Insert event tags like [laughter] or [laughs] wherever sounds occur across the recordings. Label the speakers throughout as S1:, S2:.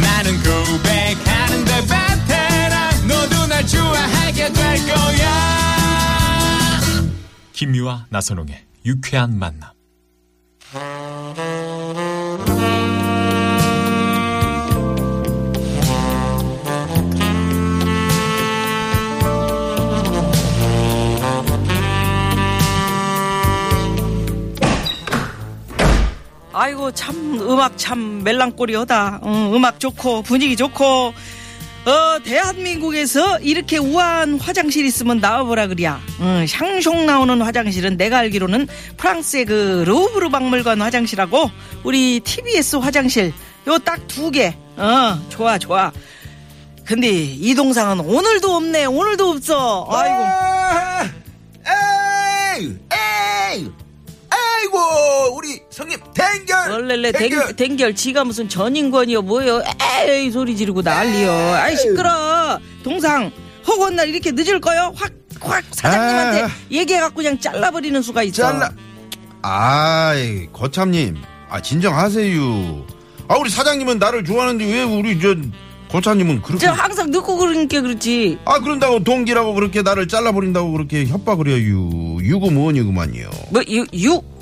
S1: 나는 고백하는데 베테랑 너도 날 좋아하게 될 거야
S2: 김미화 나선홍의 유쾌한 만남.
S3: 아이고 참 음악 참 멜랑꼬리하다. 음, 음악 좋고 분위기 좋고 어 대한민국에서 이렇게 우아한 화장실 있으면 나와보라 그리야. 음, 샹송 나오는 화장실은 내가 알기로는 프랑스의 그 루브르 박물관 화장실하고 우리 TBS 화장실 요 딱 두 개. 어 좋아 좋아. 근데 이 동상은 오늘도 없네. 오늘도 없어. 아이고.
S4: 아,
S5: 에이! 에이! 아이고 우리 성님 댕결
S3: 얼렐레 댕- 댕결 지가 무슨 전인권이요 뭐요 에이 소리 지르고 난리요 아이 시끄러 동상 허구한 날 이렇게 늦을 거요 확 확 사장님한테
S4: 아.
S3: 얘기해갖고 그냥 잘라버리는 수가 있어
S5: 잘라
S4: 아이 거참님 아 진정하세요 아 우리 사장님은 나를 좋아하는데 왜 우리 저 거참님은 그렇게
S3: 저 항상 늦고 그러니까 그런 게 그렇지
S4: 아 그런다고 동기라고 그렇게 나를 잘라버린다고 그렇게 협박을 해요 유고 뭐니구만요
S3: 뭐유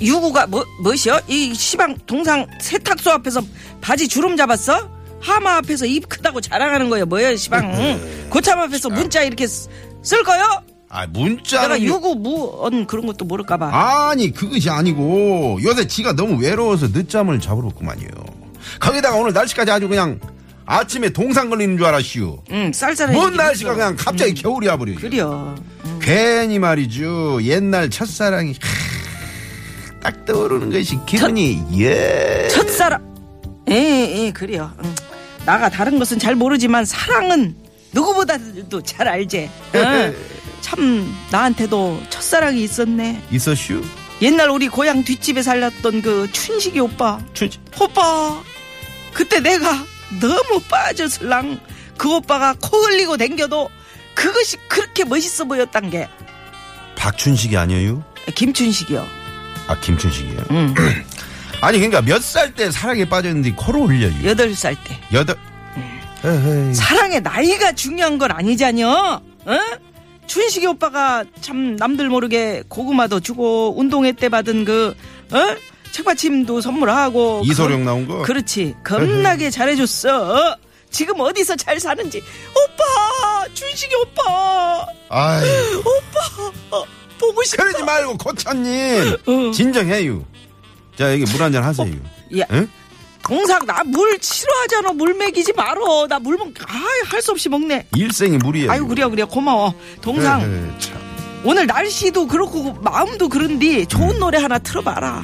S3: 유구가 뭐 뭐시여 이 시방 동상 세탁소 앞에서 바지 주름 잡았어 하마 앞에서 입 크다고 자랑하는 거예요 뭐야 시방 고참 앞에서 문자 이렇게 쓰- 쓸 거요
S4: 아 문자로
S3: 내가 유구 무언 그런 것도 모를까봐
S4: 아니 그것이 아니고 요새 지가 너무 외로워서 늦잠을 자버렸구만요 거기다가 오늘 날씨까지 아주 그냥 아침에 동상 걸리는 줄 알았슈
S3: 응, 쌀쌀해.
S4: 뭔 날씨가 그냥 갑자기 겨울이 와버려
S3: 음. 그려.
S4: 괜히 말이죠 옛날 첫사랑이 캬, 딱 떠오르는 것이 기분이 예
S3: 첫사랑. 예, 예, 예, 그려. 응. 나가 다른 것은 잘 모르지만 사랑은 누구보다도 잘 알지. 응.
S4: [laughs]
S3: 참 나한테도 첫사랑이 있었네.
S4: 있었슈
S3: 옛날 우리 고향 뒷집에 살렸던 그 춘식이 오빠.
S4: 춘식.
S3: 오빠. 그때 내가 너무 빠져슬랑 그 오빠가 코 흘리고 댕겨도 그것이 그렇게 멋있어 보였단 게
S4: 박춘식이 아니에요
S3: 김춘식이요.
S4: 아 김춘식이요 [laughs] 아니 그러니까 몇 살 때 사랑에 빠졌는데 코로 흘려요
S3: 여덟 살 때.
S4: 여덟
S3: 네.
S4: 에헤이.
S3: 사랑의 나이가 중요한 건 아니잖여. 응? 준식이 오빠가 참 남들 모르게 고구마도 주고 운동회 때 받은 그 어? 책받침도 선물하고
S4: 이소룡 나온 거?
S3: 어, 그렇지 겁나게 잘해줬어 지금 어디서 잘 사는지 오빠 준식이 오빠
S4: 아이
S3: 어, 보고 싶어
S4: 그러지 말고 고차님 진정해요 자 여기 물 한잔 하세요 어?
S3: 야,
S4: 응?
S3: 동상 나 물 싫어하잖아 물 먹이지 말어 나 물 먹 아이 할 수 없이 먹네
S4: 일생이 물이에요
S3: 아유 그래 그래 고마워 동상
S4: 에헤이, 참.
S3: 오늘 날씨도 그렇고 마음도 그런데 좋은 노래 하나
S4: [laughs]
S3: 틀어봐라.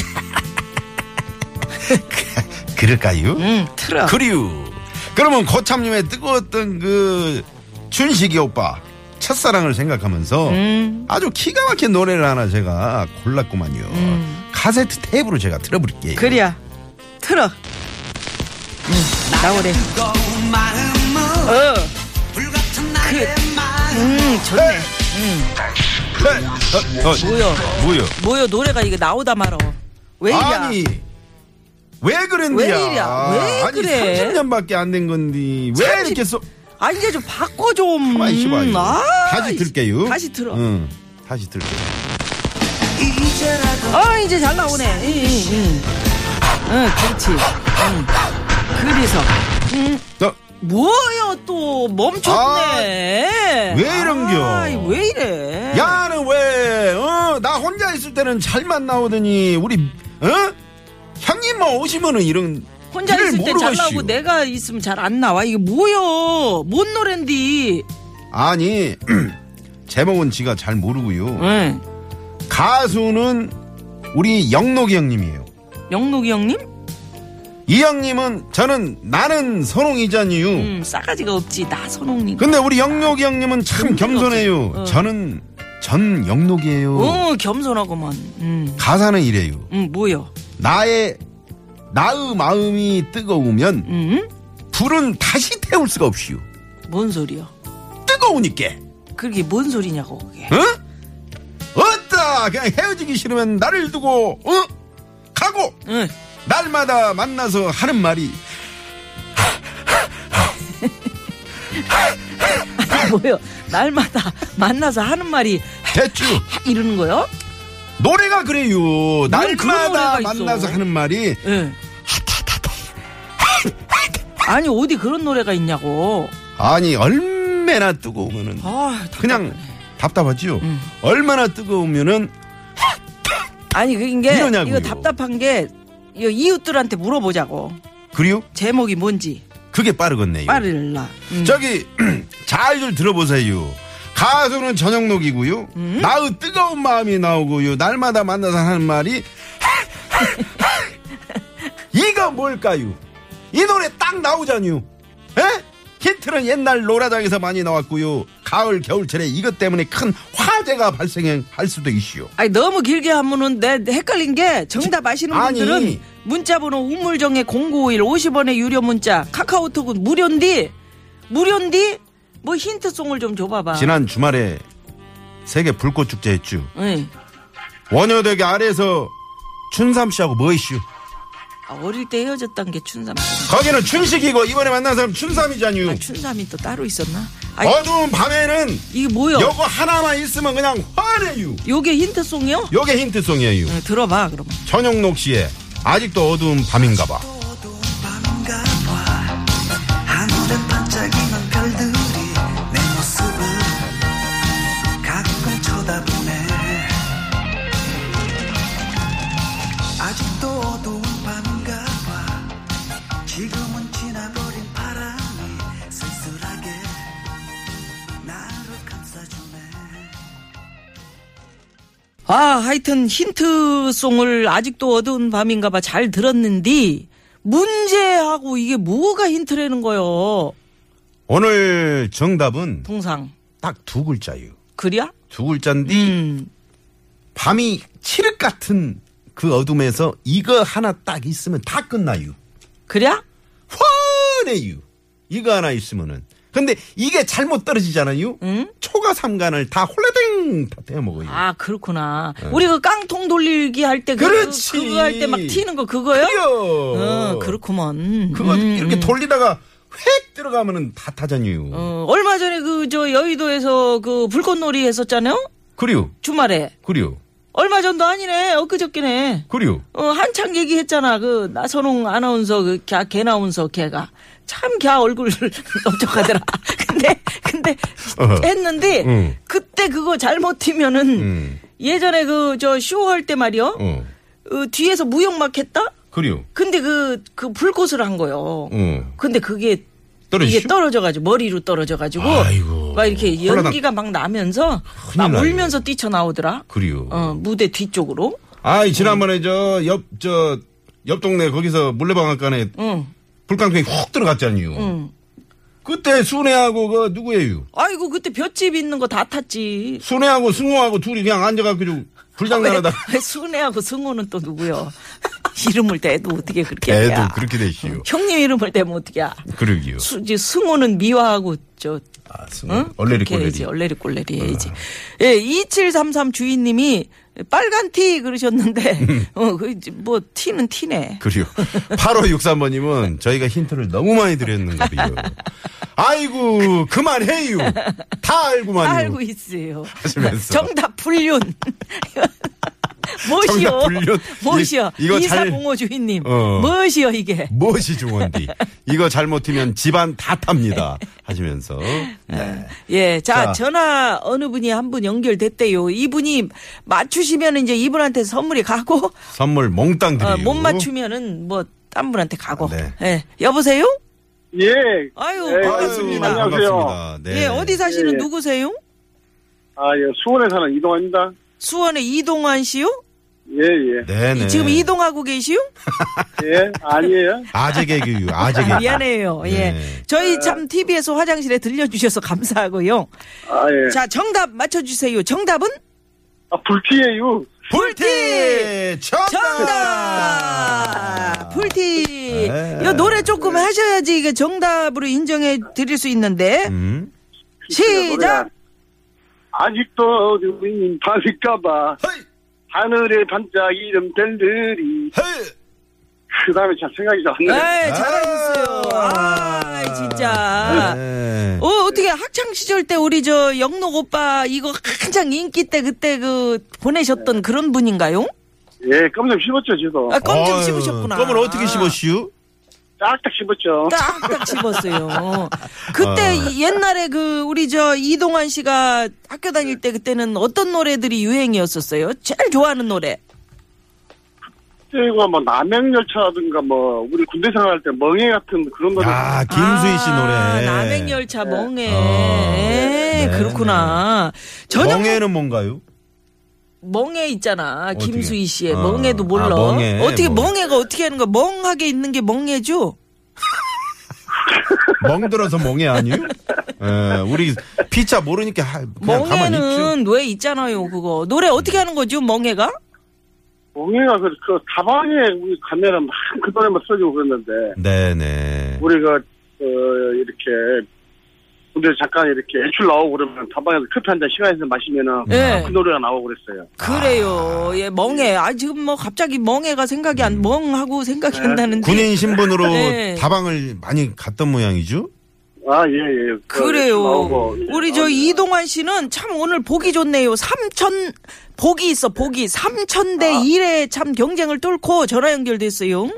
S4: 그럴까요?
S3: 응, 틀어.
S4: 그리우. 그러면 고참님의 뜨거웠던 그 춘식이 오빠 첫사랑을 생각하면서
S3: 음.
S4: 아주 기가 막힌 노래를 하나 제가 골랐구만요. 카세트 테이프로 제가 틀어버릴게요.
S3: 음. 그래야 틀어. 응, 나오래. 어. 그, 음, 좋네.
S4: 어, 어,
S3: 뭐여,
S4: 뭐요?
S3: 뭐여 노래가 이게 나오다 말어. 왜 이랴?
S4: 아니 왜 그런데야?
S3: 왜 이랴? 왜
S4: 아니
S3: 그래?
S4: 30년밖에 안 된 건데 왜
S3: 30?
S4: 이렇게 써?
S3: 아, 이제 좀 바꿔 좀.
S4: 가만 있어봐.
S3: 음,
S4: 이거.
S3: 아,
S4: 다시 들게요.
S3: 다시 틀어.
S4: 응, 다시 들게요.
S3: 아, 이제 잘 나오네. 응, 응, 응. 응, 그렇지. 응. 그래서.
S4: 너
S3: 뭐야 또 멈췄네.
S4: 아, 왜 이런겨?
S3: 아이, 왜 이래?
S4: 야는 왜? 어, 나 혼자 있을 때는 잘만 나오더니 우리 어? 형님만 오시면은 이런
S3: 혼자
S4: 일을
S3: 있을 때
S4: 모르겠슈.
S3: 잘 나오고 내가 있으면 잘 안 나와. 이게 뭐야? 뭔 노랜디?
S4: 아니 [clears throat] 제목은 지가 잘 모르고요.
S3: 응.
S4: 가수는 우리 영록이 형님이에요. 어.
S3: 영록이 형님?
S4: 이영님은 저는 나는 선홍이잖 이유.
S3: 음, 싸가지가 없지. 나 선홍님.
S4: 근데 우리 영록이 형님은 참 겸손해요.
S3: 어.
S4: 저는 전 영록이에요.
S3: 어, 겸손하고만. 음,
S4: 가사는 이래요.
S3: 음, 뭐요?
S4: 나의 나의 마음이 뜨거우면
S3: 음?
S4: 불은 다시 태울 수가 없이요.
S3: 뭔 소리야?
S4: 뜨거우니까.
S3: 그게 뭔 소리냐고, 그게.
S4: 어? 어따 그냥 헤어지기 싫으면 나를 두고 어? 가고
S3: 응. [laughs]
S4: 날마다 만나서 하는 말이
S3: 뭐요? 날마다 만나서 하는 말이
S4: 대추
S3: 이러는 거요?
S4: 노래가 그래요. 날마다
S3: 뭐 그런 노래가 있어?
S4: 만나서 하는 말이
S3: 예. 아니 어디 그런 노래가 있냐고.
S4: 아니 얼마나 뜨거우면은
S3: 아, 답답하네.
S4: 그냥 답답하지요.
S3: 음.
S4: 얼마나 뜨거우면은
S3: 아니 그게
S4: 이러냐고요.
S3: 이거 답답한 게 이거 이웃들한테 물어보자고.
S4: 그래요?
S3: 제목이 뭔지
S4: 그게 빠르겠네요.
S3: 빠르라. 음.
S4: 저기 [clears throat] 잘들 들어보세요. 가수는 전영록이고요. 나의 뜨거운 마음이 나오고요. 날마다 만나서 하는 말이 [laughs] 이거 뭘까요? 이 노래 딱 나오잖요. 에? 힌트는 옛날 노래장에서 많이 나왔고요. 가을 겨울철에 이것 때문에 큰 화재가 발생할 수도 있시오.
S3: 아니 너무 길게 하면은 내 헷갈린 게 정답 아시는
S4: 아니.
S3: 분들은 문자번호 우물정의 0951 50원의 유료 문자 카카오톡은 무료인디 무료인디 뭐 힌트송을 좀 줘봐봐.
S4: 지난 주말에 세계 불꽃 축제 했죠.
S3: 응.
S4: 원효대교 아래에서 춘삼 씨하고 뭐 했슈?
S3: 아, 어릴 때 헤어졌던 게 춘삼.
S4: 거기는 춘식이고 이번에 만난 사람 춘삼이잖유.
S3: 아, 춘삼이 또 따로 있었나? 아니 어.
S4: 어두운 밤에는
S3: 이게 뭐요?
S4: 요거 하나만 있으면 그냥 화내유.
S3: 요게 힌트송이요?
S4: 요게 힌트송이에요.
S3: 네, 들어봐 그럼.
S4: 전영록 씨의 아직도 어두운 밤인가봐.
S6: 밤인가 봐 하늘엔 반짝이는 별들이 내 모습을 가끔 쳐다보네 아직도 어두운 밤인가 봐 지금은 지나버린 바람이 쓸쓸하게 나를 감싸주네
S3: 아 하여튼 힌트송을 아직도 어두운 밤인가봐 잘 들었는데 문제하고 이게 뭐가 힌트라는 거요?
S4: 오늘 정답은
S3: 동상
S4: 딱 두 글자유.
S3: 그랴?
S4: 두 글자인데
S3: 음.
S4: 밤이 칠흑 같은 그 어둠에서 이거 하나 딱 있으면 다 끝나유.
S3: 그랴?
S4: 화내유. 이거 하나 있으면은. 근데 이게 잘못 떨어지잖아요. 초가 삼간을 다 홀라댕 다 떼어먹어요.
S3: 음? 아 그렇구나. 우리 그 깡통 돌리기 할 때 그,
S4: 네. 그렇지.
S3: 그, 그거 할 때 막 튀는 거 그거요? 어, 그렇구먼.
S4: 그거
S3: 음.
S4: 이렇게 돌리다가 획 들어가면은 다 타잖유.
S3: 어, 얼마 전에 그 저 여의도에서 그 불꽃놀이 했었잖아요.
S4: 그리요,
S3: 주말에
S4: 그리요,
S3: 얼마 전도 아니네 엊그저께네
S4: 그리요.
S3: 어, 한창 얘기했잖아 그 나선홍 아나운서 그걔 나운서 걔가 참 걔 얼굴 [laughs] 넓적하더라 [laughs] 근데 근데
S4: 어허.
S3: 했는데
S4: 응.
S3: 그때 그거 잘못 튀면은
S4: 음,
S3: 예전에 그 저 쇼 할 때 말이요
S4: 어,
S3: 어, 뒤에서 무용막 했다
S4: 그리요,
S3: 근데 그, 그 불꽃을 한 거요
S4: 어.
S3: 근데 그게
S4: 떨어지죠?
S3: 이게 떨어져가지고 머리로 떨어져가지고
S4: 아이고.
S3: 막 이렇게 연기가 막 나면서 막
S4: 나네.
S3: 울면서 뛰쳐나오더라.
S4: 그리요.
S3: 어, 무대 뒤쪽으로.
S4: 아이 지난번에 저 옆 저 옆 동네 거기서 물레방앗간에
S3: 응.
S4: 불깡통이 훅 들어갔잖유. 그때 순애하고 그 누구예요?
S3: 아이고 그때 볏집 있는 거 다 탔지.
S4: 순애하고 승호하고 둘이 그냥 앉아갖고 좀 불장난하다.
S3: [laughs] 왜 순애하고 승호는 또 누구요? [laughs] 이름을 대도 어떻게 그렇게 해?
S4: 애도 그렇게 되시오.
S3: 형님 이름을 대면 어떻게 야
S4: 그러기요.
S3: 수, 이제 승호는 미화하고 저
S4: 아,
S3: 응?
S4: 승호. 얼레리
S3: 그렇게 해야지.
S4: 꼴레리. 어.
S3: 얼레리 꼴레리 해야지. 예, 2733 주인님이 빨간 티 그러셨는데 [laughs] 어, 그 뭐 티는 티네.
S4: 음. 그리요. 8563번님은 저희가 힌트를 너무 많이 드렸는데요. 아이고, 그만해요. 다 알고만요.
S3: 알고 있어요.
S4: 뭐 하시면서.
S3: 정답
S4: [laughs]
S3: 불륜. [laughs] 뭐시여?
S4: 정답 불륜.
S3: 뭐시여?
S4: 이- 이거 잘-
S3: 이사공호 주인님.
S4: 어.
S3: 뭐시여 이게?
S4: 무엇이 중원디? 이거 잘못 튀면 집안 다 탑니다. 하시면서. 네.
S3: 예, 자,
S4: 자.
S3: 전화 어느 분이 한 분 연결됐대요. 이분이 맞추시면 이제 이분한테 선물이 가고
S4: 선물 몽땅 드리고.
S3: 어, 못 맞추면은 뭐 딴 분한테 가고.
S4: 네.
S3: 예, 여보세요?
S7: 예,
S3: 아유
S7: 네,
S3: 반갑습니다.
S7: 아유, 안녕하세요.
S4: 반갑습니다. 네.
S3: 예, 어디 사시는
S7: 예, 예.
S3: 누구세요?
S7: 아, 예, 수원에 사는 이동환입니다.
S3: 수원의 이동환 씨요?
S7: 예,
S4: 네네. 아,
S3: 지금 이동하고 계시오?
S7: 예. 예, 아니에요.
S4: 아재 개그유, 아재 개그.
S3: 미안해요.
S4: 네.
S3: 예. 저희 참 TV에서 화장실에 들려주셔서 감사하고요.
S7: 아, 예.
S3: 자, 정답 맞춰주세요. 정답은?
S7: 아, 불피해요.
S4: 불티! 정답!
S3: 정답! 풀티.
S4: 아. 네.
S3: 이 노래 조금 하셔야지 이게 정답으로 인정해 드릴 수 있는데.
S4: 음.
S3: 시작!
S7: 아직도 어둠이 받을까봐
S4: 헤이!
S7: 하늘에 반짝이는 벨들이
S4: 헤이!
S7: 그 다음에 잘 생각이
S3: 에이,
S4: 네.
S7: 잘안 나요.
S3: 네, 잘하셨어요. 아, 진짜.
S4: 네.
S3: 어, 어떻게 학창 시절 때 우리 저 영록 오빠 이거 한창 인기 때 그때 그 보내셨던 그런 분인가요?
S7: 예, 껌 좀 씹었죠, 저도.
S3: 아, 껌 좀
S4: 어휴,
S3: 씹으셨구나.
S4: 껌을 어떻게 씹었슈?
S7: 딱딱 씹었죠.
S3: 딱딱 씹었어요. 그때
S4: 아.
S3: 이- 옛날에 그 우리 저 이동환 씨가 학교 다닐 때 그때는 어떤 노래들이 유행이었었어요? 제일 좋아하는 노래.
S7: 그리고 뭐 남행열차라든가 뭐 우리 군대 생활할 때 멍해 같은 그런 거를
S4: 야, 김수희 씨 노래. 어.
S3: 아, 남행열차 멍해.
S4: 네.
S3: 그렇구나. 저녁
S4: 멍에는 뭔가요?
S3: 멍해 있잖아.
S4: 어떻게?
S3: 김수희 씨의
S4: 아,
S3: 멍해도 몰라.
S4: 아, 멍해.
S3: 어떻게
S4: 뭐.
S3: 멍해가 어떻게 하는 거야? 멍하게 있는 게 멍해죠?
S4: 멍들어서 멍해 아니요? 에, 우리 피차 모르니까 하- 그냥 가만히 있죠.
S3: 멍해는 왜 있잖아요, 그거. 노래 어떻게 하는 거죠, 멍해가?
S7: 멍해가 그, 그 가방에 우리 가면은 막그 노래 만 써주고 그랬는데
S4: 네네.
S7: 우리가 어, 이렇게 군대 잠깐 이렇게 애출 나오고 그러면 가방에서 커피 한 잔 시간에서 마시면은
S3: 예.
S4: 아,
S7: 그 노래가 나오고 그랬어요.
S3: 그래요. 예, 멍해. 아, 지금 뭐 갑자기 멍해가 생각이
S4: 음.
S3: 안, 멍하고 생각이 안 나는데.
S4: 군인 신분으로
S3: 네.
S4: 다방을 많이 갔던 모양이죠?
S7: 아, 예, 예. 그
S3: 그래요.
S7: 애출 나오고, 예.
S3: 우리 저
S7: 아,
S3: 이동환 씨는 참 오늘 보기 좋네요. 삼천, 복이 있어, 복이. 삼천 대일에참 경쟁을 뚫고 전화 연결됐어요.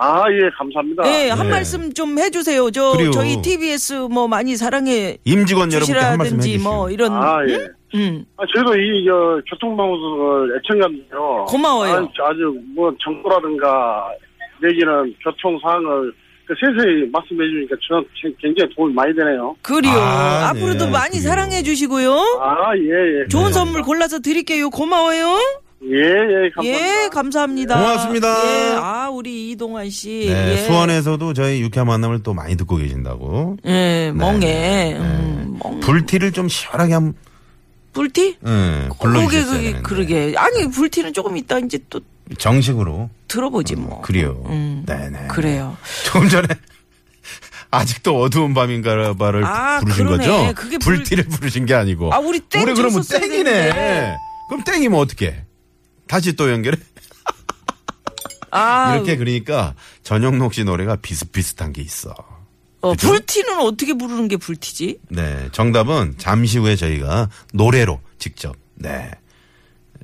S7: 아, 예, 감사합니다.
S3: 예, 한
S4: 네.
S3: 말씀 좀 해주세요. 저,
S4: 그래요.
S3: 저희 TBS 뭐 많이 사랑해
S4: 임직원 여러분께 한 말씀
S3: 주시라든지
S4: 해주시죠.
S3: 뭐 이런.
S7: 아, 예.
S3: 응? 응.
S7: 아, 저희도 이, 저, 교통방송 애청자인데요.
S3: 고마워요.
S7: 아, 주뭐 정보라든가, 내지는 교통사항을 그 세세히 말씀해 주니까 저는 굉장히 도움이 많이 되네요.
S3: 그리요.
S4: 아,
S3: 앞으로도
S4: 네,
S3: 많이
S4: 그래요. 네,
S3: 사랑해 주시고요.
S7: 아, 예, 예.
S3: 좋은 선물 골라서 드릴게요. 고마워요.
S7: 예, 예, 감사합니다.
S3: 예, 감사합니다.
S4: 네, 고맙습니다.
S3: 예, 아, 우리 이동환 씨.
S4: 네,
S3: 예.
S4: 수원에서도 저희 유쾌한 만남을 또 많이 듣고 계신다고.
S3: 예, 멍해.
S4: 네,
S3: 음, 멍.
S4: 불티를 좀 시원하게 한번
S3: 불티?
S4: 예,
S3: 그게,
S4: 불러주셨어야
S3: 그게,
S4: 되는데. 네.
S3: 그러게. 아니, 불티는 조금 이따 이제 또
S4: 정식으로.
S3: 들어보지 뭐.
S4: 그래요.
S3: 음.
S4: 네네.
S3: 그래요.
S4: 조금 전에 [laughs] 아직도 어두운 밤인가봐를
S3: 아,
S4: 부르신
S3: 그러네.
S4: 거죠?
S3: 그게 불-
S4: 불티를 부르신 게 아니고.
S3: 아, 우리 땡
S4: 우리 그러면
S3: 쳤었어야
S4: 땡이네.
S3: 되는데.
S4: 그럼 땡이면 어떻게? 다시 또 연결해?
S3: 아,
S4: 이렇게 그러니까 전영록 씨 노래가 비슷비슷한 게 있어.
S3: 어,
S4: 그죠?
S3: 불티는 어떻게 부르는 게 불티지?
S4: 네, 정답은 잠시 후에 저희가 노래로 직접. 네.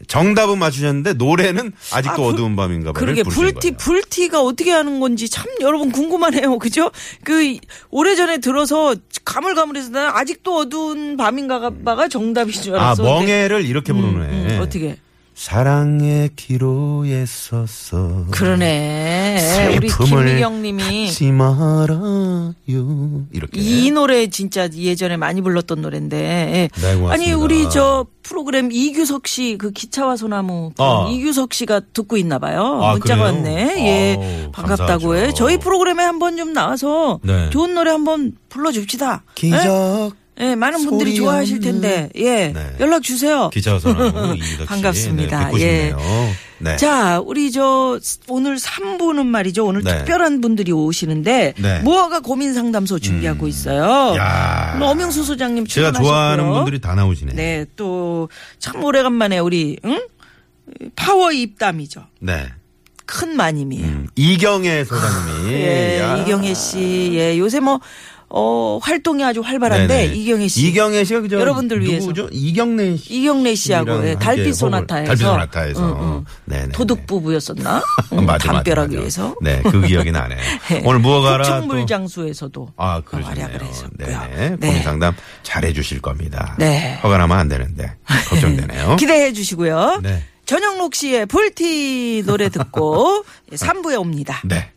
S4: 정답은 맞추셨는데 노래는 아직도
S3: 아, 불-
S4: 어두운 밤인가 봐를
S3: 그러게
S4: 부르신
S3: 불티
S4: 거예요.
S3: 불티가 어떻게 하는 건지 참 여러분 궁금하네요. [laughs] 그죠? 그 오래전에 들어서 가물가물해서 난 아직도 어두운 밤인가 봐가 정답인 줄
S4: 아,
S3: 알았어.
S4: 멍해를 이렇게 부르네.
S3: 음, 어떻게?
S4: 사랑의 기로에 섰어.
S3: 그러네. 예, 우리
S4: 슬픔을
S3: 김미경 님이
S4: 갖지 말아요. 이렇게.
S3: 이 노래 진짜 예전에 많이 불렀던 노래인데. 예.
S4: 예. 네, 고맙습니다.
S3: 아니 우리 저 프로그램 이규석 씨 그 기차와 소나무 그
S4: 아.
S3: 이규석 씨가 듣고 있나 봐요.
S4: 아,
S3: 문자가
S4: 그래요?
S3: 왔네. 예.
S4: 아우,
S3: 반갑다고
S4: 감사하죠.
S3: 해. 저희 프로그램에 한번 좀 나와서
S4: 네.
S3: 좋은 노래 한번 불러 줍시다.
S4: 기적.
S3: 예? 예, 많은 분들이
S4: 소리
S3: 좋아하실
S4: 없는.
S3: 텐데. 예.
S4: 네.
S3: 연락 주세요. [laughs]
S4: 기자선하고 이덕 씨.
S3: 반갑습니다.
S4: 네, 뵙고
S3: 예.
S4: 싶네요. 네.
S3: 자, 우리 저 오늘 3부는 말이죠. 오늘
S4: 네.
S3: 특별한 분들이 오시는데
S4: 네. 음.
S3: 무허가 고민 상담소 준비하고 있어요.
S4: 야.
S3: 오늘 엄영수 소장님
S4: 아, 제가
S3: 뭐 출연하셨고요.
S4: 좋아하는 분들이 다 나오시네.
S3: 네, 또 참 오래간만에 우리 응? 파워 입담이죠.
S4: 네.
S3: 큰 마님이에요.
S4: 음, 이경혜 소장님이.
S3: 예,
S4: 야.
S3: 이경혜 씨. 예, 요새 뭐 어, 활동이 아주 활발한데
S4: 네네.
S3: 이경혜 씨.
S4: 이경혜 씨가 그죠?
S3: 여러분들 위해서.
S4: 누구죠? 이경래 씨.
S3: 이경래 씨하고 예,
S4: 함께
S3: 달빛
S4: 호흡을-
S3: 소나타에서
S4: 달빛 소나타에서 음.
S3: 응, 응.
S4: 네네. 음,
S3: 도둑
S4: [laughs]
S3: 부부였었나? 응,
S4: 맞아,
S3: 담벼락
S4: 맞아, 맞아.
S3: 위에서
S4: 네, 그
S3: [laughs]
S4: 기억이 나네.
S3: 네.
S4: 오늘 무허가라 또
S3: 국정물장수에서도
S4: 아,
S3: 활약을
S4: 그러셨네요.
S3: 했었고요.
S4: 네네. 고민 상담 잘해 주실 겁니다.
S3: 네.
S4: 허가 나면 안 되는데. 걱정되네요.
S3: [laughs] 기대해 주시고요.
S4: 네. [laughs]
S3: 전영록 씨의 불티 노래 듣고 3부에 옵니다.
S4: 네.